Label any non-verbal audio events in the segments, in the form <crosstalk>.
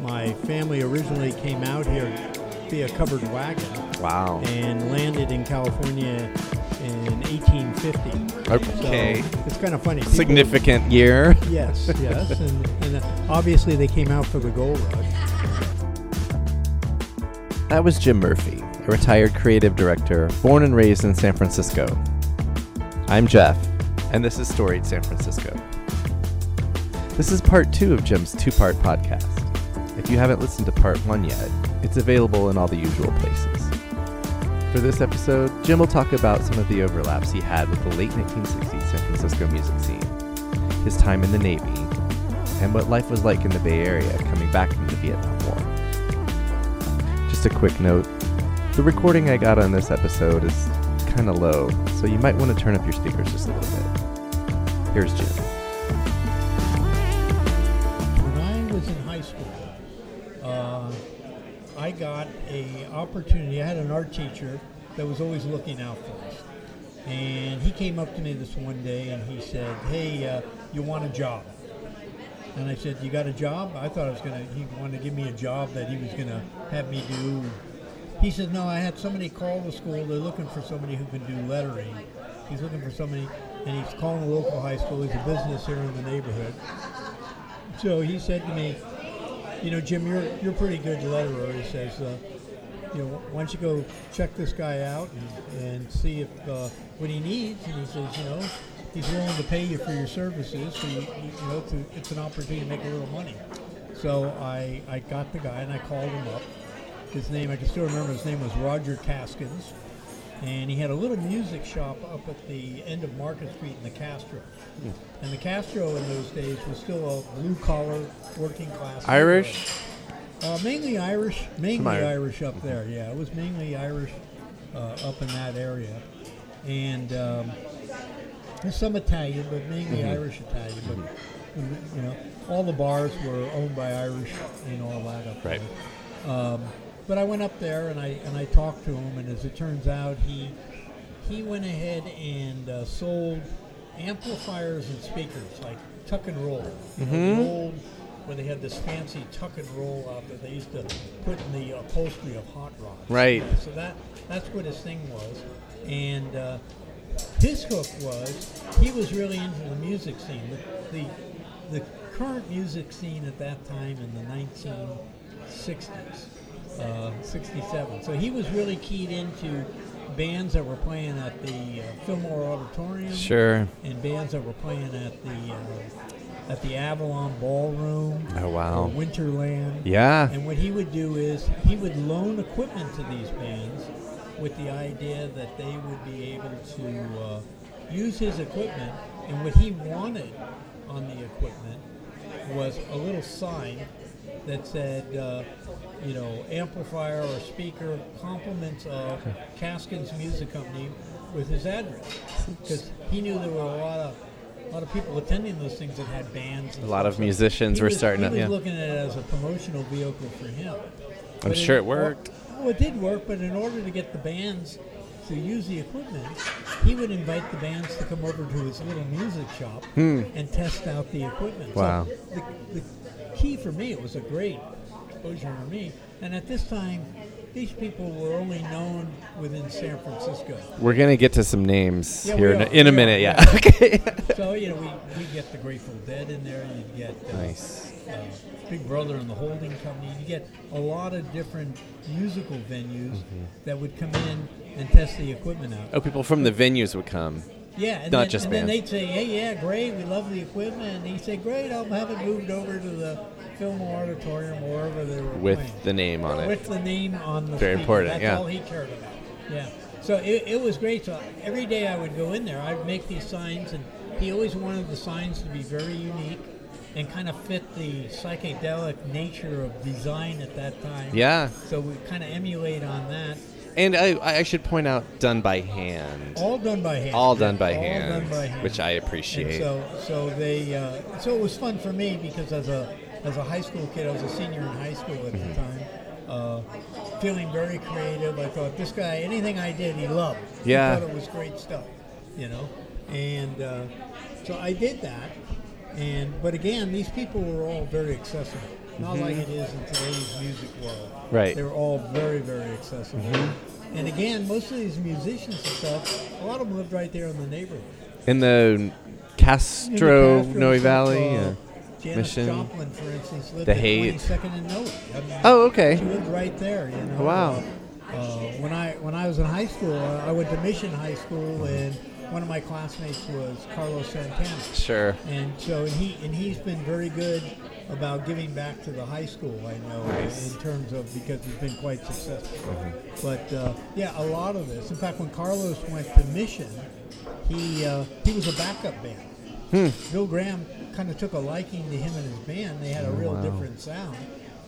my family originally came out here via covered wagon Wow. and landed in California in 1850. Okay. So it's kind of funny. People- Significant year. <laughs> Yes, yes. and, and uh, obviously they came out for the gold rush. That was Jim Murphy, a retired creative director born and raised in San Francisco. I'm Jeff, and this is Storied San Francisco. This is part two of Jim's two part podcast. If you haven't listened to part one yet, it's available in all the usual places. For this episode, Jim will talk about some of the overlaps he had with the late 1960s San Francisco music scene, his time in the Navy, and what life was like in the Bay Area coming back from the Vietnam War. Just a quick note the recording I got on this episode is kind of low, so you might want to turn up your speakers just a little bit. Here's Jim. When I was in high school, uh, I got a opportunity. I had an art teacher that was always looking out for us, and he came up to me this one day and he said, "Hey, uh, you want a job?" And I said, "You got a job?" I thought I was gonna. He wanted to give me a job that he was gonna have me do. He said, "No, I had somebody call the school. They're looking for somebody who can do lettering. He's looking for somebody, and he's calling a local high school. He's a business here in the neighborhood." So he said to me, "You know, Jim, you're you're a pretty good letterer." He says, uh, "You know, why don't you go check this guy out and, and see if uh, what he needs?" And he says, "You know, he's willing to pay you for your services, so you, you you know it's, a, it's an opportunity to make a little money." So I I got the guy and I called him up. His name I can still remember. His name was Roger Caskins. And he had a little music shop up at the end of Market Street in the Castro. And the Castro in those days was still a blue collar, working class. Irish? Uh, mainly Irish, mainly Irish Irish. up there. Yeah, it was mainly Irish uh, up in that area, and um, there's some Italian, but mainly Mm-hmm. Irish Italian. But you know, all the bars were owned by Irish and all that up Right. there. Um, But I went up there and I and I talked to him, and as it turns out, he he went ahead and uh, sold amplifiers and speakers like tuck and roll. You know, the old when they had this fancy tuck and roll out that they used to put in the upholstery of hot rods. Right. So that that's what his thing was, and uh, his hook was he was really into the music scene. The, the the current music scene at that time in the 1960s, uh, 67. So he was really keyed into bands that were playing at the uh, Fillmore Auditorium Sure. and bands that were playing at the uh, at the Avalon Ballroom. Oh, wow. or Winterland. Yeah. And what he would do is he would loan equipment to these bands with the idea that they would be able to uh, use his equipment. And what he wanted on the equipment was a little sign that said, uh, you know, amplifier or speaker, compliments of Caskins Music Company with his address. Because he knew there were a lot of. A lot of people attending those things that had bands. And A lot stuff. of So musicians he were was- starting he up, was yeah. looking at it as a promotional vehicle for him. I'm But sure in- it worked. Well, it did work, but in order to get the bands to use the equipment, he would invite the bands to come over to his little music shop and test out the equipment. So Wow. the, the key for me, it was a great exposure for me. And at this time, these people were only known within San Francisco. We're going to get to some names Yeah, we here in a, are. in We a are, minute. we Yeah. <laughs> are. Okay. So, you know, we, we get the Grateful Dead in there, you get uh, Nice. uh, Big Brother and the Holding Company. You get a lot of different musical venues that would come in and test the equipment out. Oh, people from the venues would come. Yeah, and Not then, just and then bands. they'd say, "Hey, yeah, great, we love the equipment." And he'd say, "Great, I'll have it moved over to the Fillmore Auditorium or wherever they were With playing." the name on it. With the name on the Very speaker. important, That's yeah. all he cared about. Yeah. So it, it was great. So every day I would go in there, I'd make these signs, and he always wanted the signs to be very unique and kind of fit the psychedelic nature of design at that time. Yeah. So we kind of emulate on that. And I, I should point out, done by hand. All done by hand. All done by All hand, done by hand. which I And appreciate. so, so they, uh, so it was fun for me because as a as a high school kid, I was a senior in high school at Mm-hmm. the time, uh, feeling very creative. I thought this guy, anything I did, he loved. Yeah. he thought it was great stuff, you know. And uh, so I did that, and but again, these people were all very accessible. Not like it is in today's music world. Mm-hmm. Right. Mm-hmm. They were all very, very accessible. And again, most of these musicians and stuff, a lot of them lived right there in the neighborhood. In the In the Castro Castro Central, Noi Valley. uh, yeah. Janis Mission, Joplin, for instance, lived The at Haight. 22nd and Noe. I mean, Oh, okay. She lived right there. You know. Wow. Uh, when I when I was in high school, I went to Mission High School, and one of my classmates was Carlos Santana. Sure. And so and he and he's been very good about giving back to the high school. I know Nice. Mm-hmm. in terms of because he's been quite successful. But uh, yeah, a lot of this. In fact, when Carlos went to Mission, he uh, he was a backup band. Hmm. Bill Graham kind of took a liking to him and his band. They had a real Oh, wow. different sound.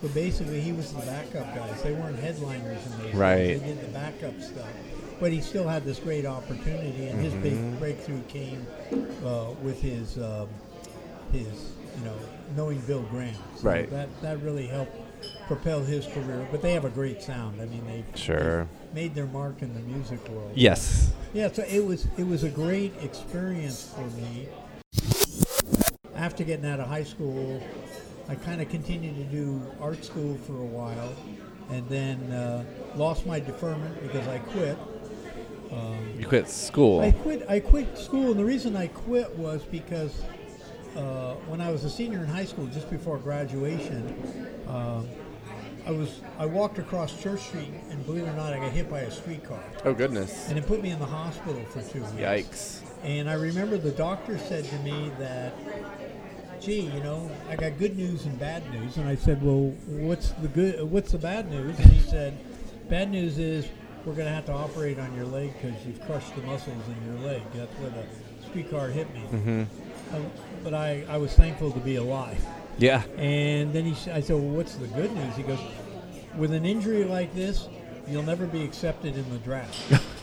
But basically, he was the backup guys. They weren't headliners in those days. Right. They did the backup stuff. But he still had this great opportunity, and his Mm-hmm. big breakthrough came uh, with his um, his you know knowing Bill Graham. So Right. That that really helped propel his career. But they have a great sound. I mean, they Sure. they've made their mark in the music world. Yes. Yeah, so it was it was a great experience for me. After getting out of high school, I kind of continued to do art school for a while, and then uh, lost my deferment because I quit. You quit school. I quit. I quit school, and the reason I quit was because uh, when I was a senior in high school, just before graduation, um, I was I walked across Church Street, and believe it or not, I got hit by a streetcar, oh goodness. and it put me in the hospital for two weeks. Yikes. And I remember the doctor said to me that, gee, you know, I got good news and bad news. And I said, well, what's the good? What's the bad news? And he said, bad news is we're going to have to operate on your leg because you've crushed the muscles in your leg. That's where the streetcar hit me. Um, but I, I was thankful to be alive. Yeah. And then he, s- I said, well, what's the good news? He goes, with an injury like this, you'll never be accepted in the draft.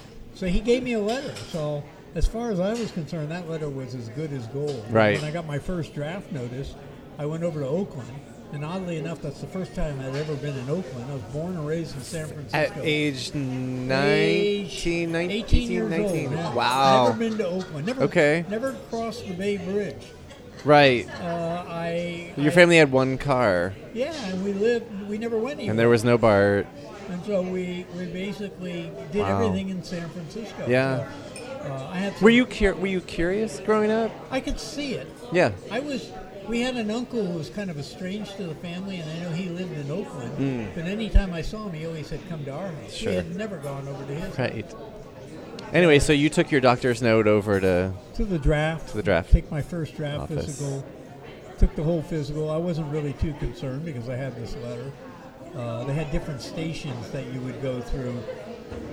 <laughs> so he gave me a letter. So as far as I was concerned, that letter was as good as gold. Right. When I got my first draft notice, I went over to Oakland. And oddly enough, that's the first time I'd ever been in Oakland. I was born and raised in San Francisco. At age 19, Age 19, 18 years old. yeah. Wow. Never been to Oakland. Never, Okay. Never crossed the Bay Bridge. Right. Uh, I. Your I- family had one car, yeah, and we lived. We never went anywhere. and there was no bar. and so we we basically did Wow. everything in San Francisco. Yeah. So, uh, I had. Some, Were you cur- Were you curious growing up? I could see it. Yeah. I was. We had an uncle who was kind of estranged to the family, and I know he lived in Oakland. But anytime I saw him, he always said, "Come to our house." Hmm. Sure. We had never gone over to <laughs> his. Right. Anyway, so you took your doctor's note over to. To the draft. To the draft. Take my first draft Office. physical. Took the whole physical. I wasn't really too concerned because I had this letter. Uh, they had different stations that you would go through,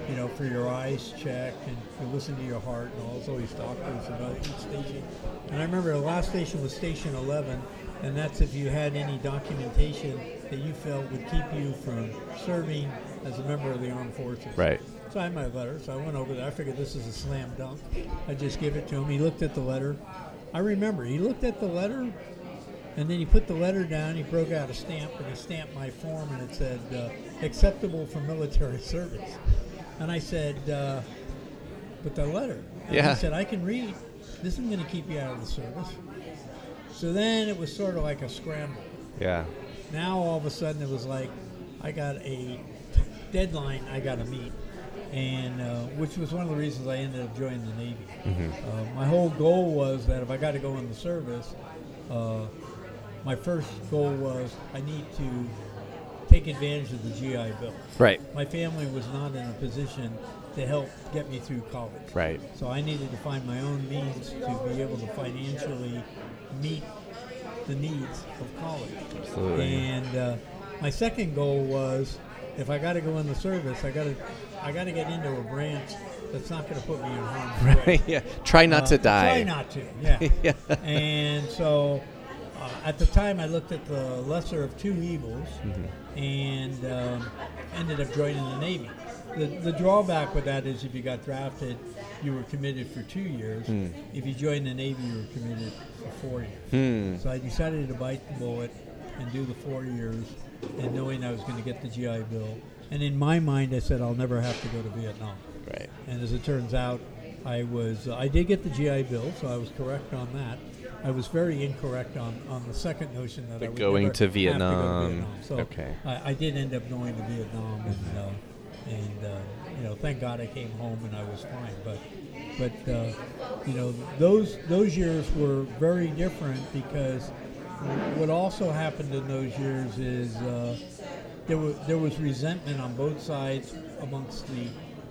you know, for your eyes check and to listen to your heart and all. There's always doctors about each station. And I remember the last station was station 11, and that's if you had any documentation that you felt would keep you from serving as a member of the armed forces. Right. So I had my letter, so I went over there. I figured this is a slam dunk. I just give it to him. He looked at the letter. I remember he looked at the letter, and then he put the letter down. He broke out a stamp and he stamped my form, and it said uh, acceptable for military <laughs> service. And I said, uh, but the letter. And Yeah. He said, I can read. This isn't going to keep you out of the service. So then it was sort of like a scramble Yeah. now all of a sudden it was like I got a deadline I got to meet, and uh, which was one of the reasons I ended up joining the Navy. Uh, my whole goal was that if I got to go in the service, uh, my first goal was I need to take advantage of the GI Bill. Right. My family was not in a position to help get me through college. Right. So I needed to find my own means to be able to financially meet the needs of college. Absolutely. And uh, my second goal was, if I got to go in the service, I got to, I got to get into a branch that's not going to put me in harm's way. <laughs> yeah. Try not to Uh, Try die. not to. <laughs> Yeah. And so, uh, at the time, I looked at the lesser of two evils, Mm-hmm. and um, ended up joining the Navy. The, the drawback with that is if you got drafted, you were committed for two years. Hmm. If you joined the Navy, you were committed for four years. Hmm. So I decided to bite the bullet and do the four years, and knowing I was going to get the GI Bill. And in my mind, I said I'll never have to go to Vietnam. Right. uh, And as it turns out, I was I did get the GI Bill, so I was correct on that. I was very incorrect on, on the second notion that The I would going never to have go Vietnam. So Okay. I, I did end up going to Vietnam, and uh, and uh, you know, thank God I came home and I was fine. But but uh, you know, those those years were very different because what also happened in those years is uh, there was there was resentment on both sides amongst the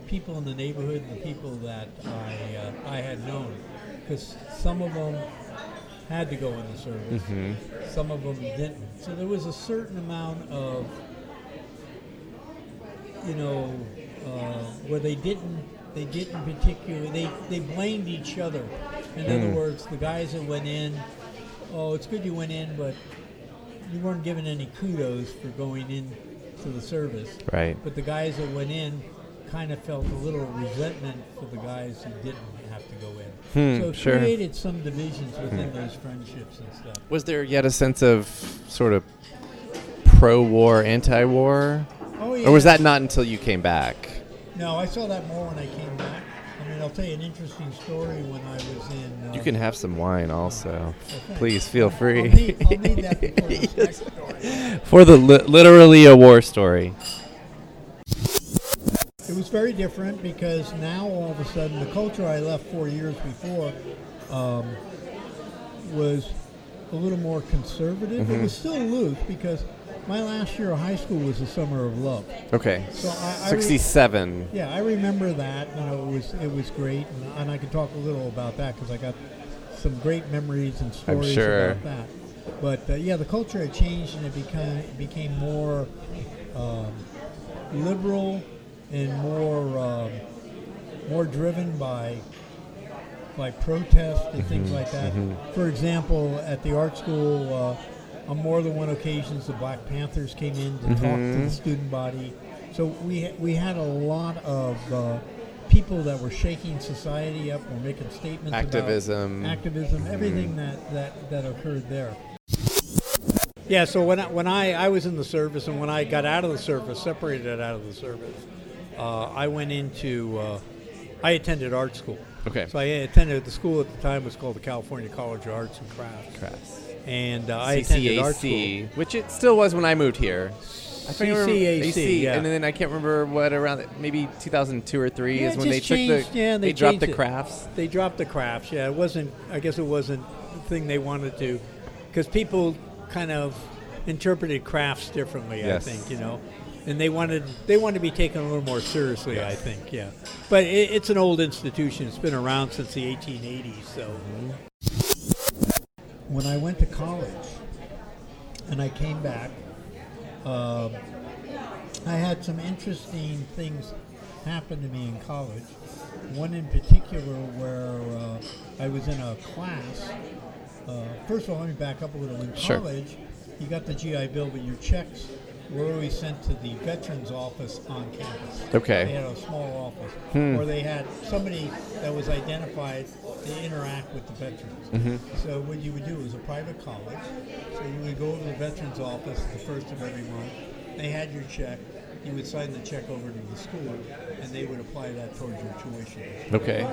people in the neighborhood and the people that I uh, I had known because some of them had to go in the service. Some of them didn't. So there was a certain amount of, you know, uh, where they didn't, they didn't particularly, they, they blamed each other. In other words, the guys that went in, oh, it's good you went in, but you weren't given any kudos for going in to the service. Right. But the guys that went in kind of felt a little resentment for the guys who didn't have to go in. Hmm, so it sure. Hmm. created some divisions within those friendships and stuff. Was there yet a sense of sort of pro-war, anti-war, Oh, yeah. or was that not until you came back? No, I saw that more when I came back. I mean, I'll tell you an interesting story when I was in. Uh, You can have some wine, also. thanks. Please feel <laughs> I'll free. need, I'll need <laughs> that before this next story. For the li- literally a war story. It was very different because now all of a sudden the culture I left four years before um, was a little more conservative. It was still loose because my last year of high school was the summer of love. Okay. So I- I re- 67. Yeah, I remember that. You know, it was it was great, and, and I could talk a little about that because I got some great memories and stories sure. about that. But uh, yeah, the culture had changed, and it became it became more um, liberal and more um, more driven by by protest and things like that. For example, at the art school, uh, on more than one occasions, the Black Panthers came in to talk to the student body. So we ha- we had a lot of uh, people that were shaking society up or making statements Activism. about activism, everything that, that, that occurred there. Yeah, so when I, when I, I was in the service and when I got out of the service, separated out of the service, uh, I went into, uh, I attended art school. Okay. So I attended, the school at the time was called the California College of Arts and Crafts. And uh, I attended art school. CCAC, which it still was when I moved here. I think I remember- CCAC, AC, yeah. and then I can't remember what around maybe 2002 or three Yeah, is it when they just took changed. the Yeah, they dropped changed the it. crafts. They dropped the crafts. Yeah, it wasn't. I guess it wasn't the thing they wanted to, because people kind of interpreted crafts differently. Yes. I think you know, and they wanted they wanted to be taken a little more seriously. I think yeah, but it, it's an old institution. It's been around since the 1880s. So when I went to college and I came back, um I had some interesting things happen to me in college. One in particular where uh, I was in a class. Uh, first of all, let me back up a little. In Sure. college, you got the GI Bill, but your checks were always sent to the veterans office on campus. Okay. They Hmm. had a small office, or they had somebody that was identified to interact with the veterans. Mm-hmm. So what you would do was a private college. So you would go over to the veterans office the first of every month. They had your check. You would sign the check over to the school, and they would apply that towards your tuition. Okay.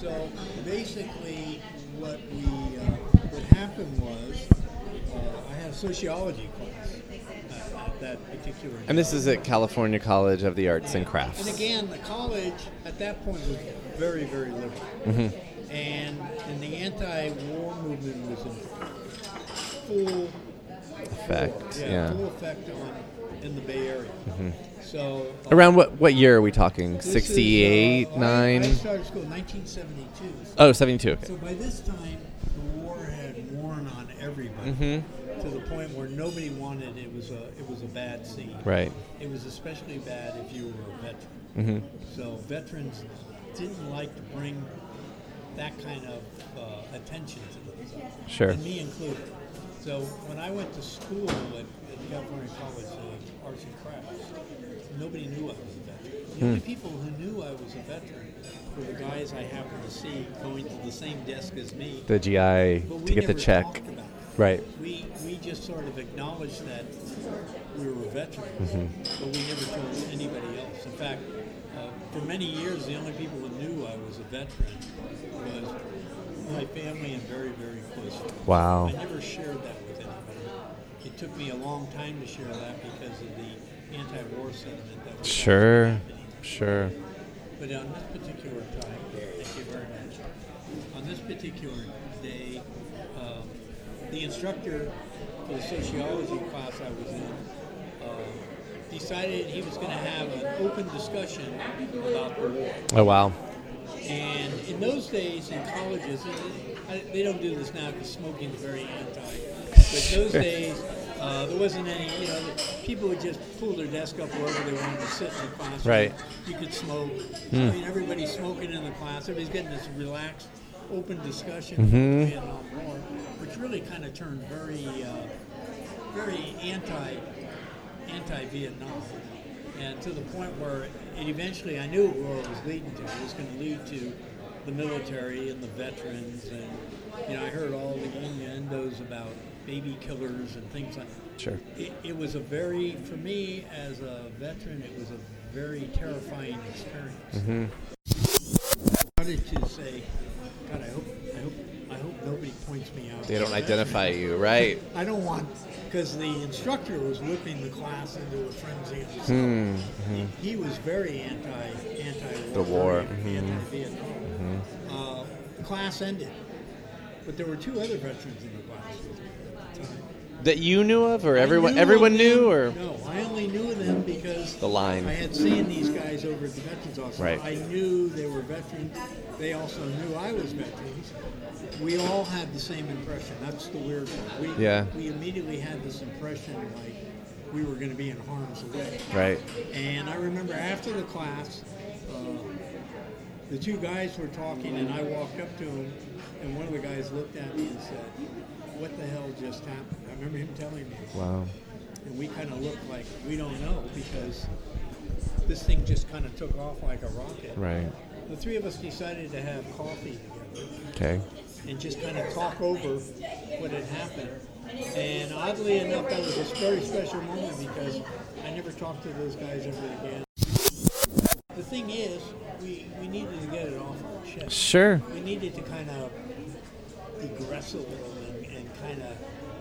So basically, what we uh, what happened was uh, I had a sociology class at, at that particular. And this is at California College of the Arts and Crafts. And again, the college at that point was very, very liberal. Mm-hmm. And, and the anti war movement was in full Effect, yeah, yeah. Mm-hmm. full effect on, in the Bay Area. So uh, Around what what year are we talking? this is, uh, 68, I- I 9? started school in 1972. Oh, 72. Okay. So by this time, the war had worn on everybody Mm-hmm. to the point where nobody wanted it. Was a it was a bad scene. Right. It was especially bad if you were a veteran. Mm-hmm. So veterans didn't like to bring that kind of uh, attention to themselves. Sure. And me included. So when I went to school at, at California College of Arts and Crafts, nobody knew I was a veteran. The Hmm. only people who knew I was a veteran were the guys I happened to see going to the same desk as me. The GI But we to get the never check. talked about it. Right. We, we just sort of Mm-hmm. acknowledged that we were a veteran, but we never told anybody else. In fact, Uh, for many years, the only people who knew I was a veteran was my family and very, very close friends. Wow. I never shared that with anybody. It took me a long time to share that because of the anti-war sentiment that was Sure. happening. Sure. But on this particular time, thank you very much. On this particular day, um, the instructor for the sociology class I was in um, decided he was going to have an open discussion about the war. Oh wow. And in those days, in colleges, and uh, I- they don't do this now because smoking is very anti. But in those days, uh, there wasn't any, you know, people would just pull their desk up wherever they wanted to sit in the classroom. Right. You could smoke. I mean, everybody's smoking in the class. Everybody's getting this relaxed, open discussion about the Vietnam War, which really kind of turned very, uh, very anti, anti-Vietnam, and to the point where it eventually I knew where it was leading to. It was going to lead to the military and the veterans, and you know I heard all the innuendos about baby killers and things like. Sure. It, it was a very, for me as a veteran, it was a very terrifying experience. Mm-hmm. I started to say, God, I hope, I hope, I hope nobody points me out. They don't identify you, right? I don't want because the instructor was whipping the class into a frenzy. of his own. He, he was very anti anti Hmm, The war, Hmm. mhm. anti Vietnam. Uh, the class ended, but there were two other veterans in the class with me at the time. That you knew of, or I everyone knew everyone of knew, them- or no? I only knew them because The line. I had seen these guys over at the veterans office. Right. I knew they were veterans. They also knew I was veterans. We all had the same impression. That's the weird one. We, Yeah. We immediately had this impression like we were going to be in harm's way. right? And I remember after the class, uh, the two guys were talking, and I walked up to him, and one of the guys looked at me and said, "What the hell just happened?" I remember him telling me. Wow. And we kind of looked like we don't know because this thing just kind of took off like a rocket. Right. The three of us decided to have coffee together Okay. and just kind of talk over what had happened. And oddly enough, that was a very special moment because I never talked to those guys ever again. The thing is, we, we needed to get it off our chest Sure. we needed to kind of digress a little and, and kind of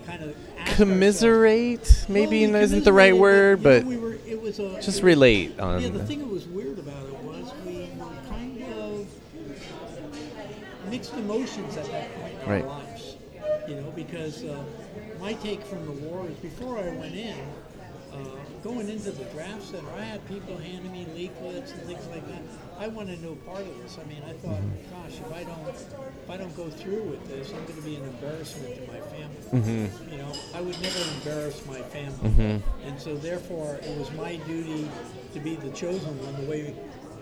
kind of ask Commiserate ourselves- maybe Well, we isn't the right commiserated, word, you know, but we were, it was a, it just was- relate Yeah, the on. thing that was weird about it was we were kind of mixed emotions at that point in Right. our lives, you know, because uh, my take from the war is before I went in. Uh, going into the draft center, I had people handing me leaflets and things like that. I wanted no part of this. I mean, I thought, gosh, if I don't, if I don't go through with this, I'm going to be an embarrassment to my family. You know, I would never embarrass my family, and so therefore, it was my duty to be the chosen one. The way,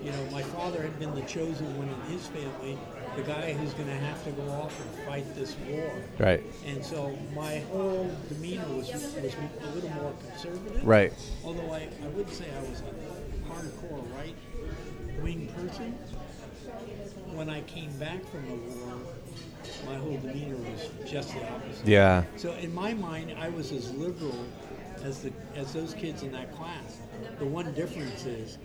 you know, my father had been the chosen one in his family, the guy who's going to have to go off and fight this war. Right. And so my whole demeanor was, was a little more conservative. Right. Although I, I wouldn't say I was a hardcore right wing person. When I came back from the war, my whole demeanor was just the opposite. Yeah. So in my mind, I was as liberal as the as those kids in that class. The one difference is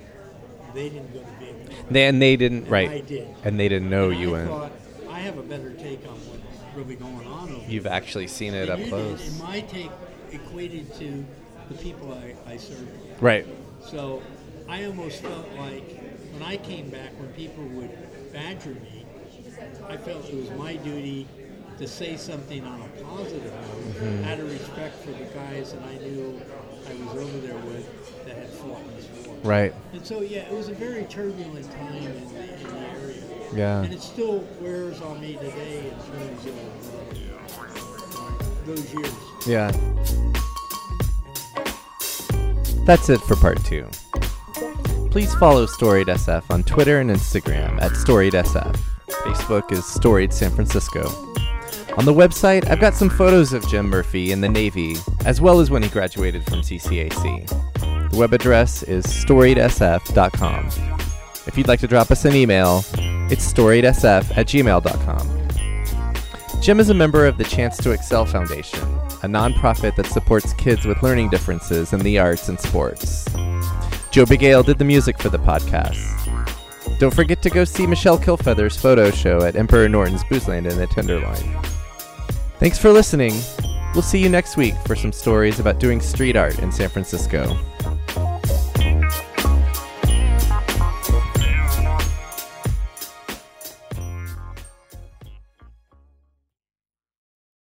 they didn't go to Vietnam. And they didn't. Right. I did. And they didn't know And you I went. thought, I have a better take on what's really going on over You've actually seen it up you did, And close. my take equated to the people I, I served with. Right. So I almost felt like when I came back, when people would badger me, I felt it was my duty to say something on a positive note, out of respect for the guys that I knew I was over there with that had fought in this war. Right. And so, yeah, it was a very turbulent time in the, in the area. Yeah. And it still wears on me today in terms of uh, those years. Yeah. That's it for part two. Please follow Storied SF on Twitter and Instagram at Storied SF. Facebook is Storied San Francisco. On the website, I've got some photos of Jim Murphy in the Navy, as well as when he graduated from CCAC. The web address is storiedsf.com. If you'd like to drop us an email, it's storiedsf at gmail.com. Jim is a member of the Chance to Excel Foundation, a nonprofit that supports kids with learning differences in the arts and sports. Joe Bigale did the music for the podcast. Don't forget to go see Michelle Kilfeather's photo show at Emperor Norton's Boozland in the Tenderloin. Thanks for listening. We'll see you next week for some stories about doing street art in San Francisco.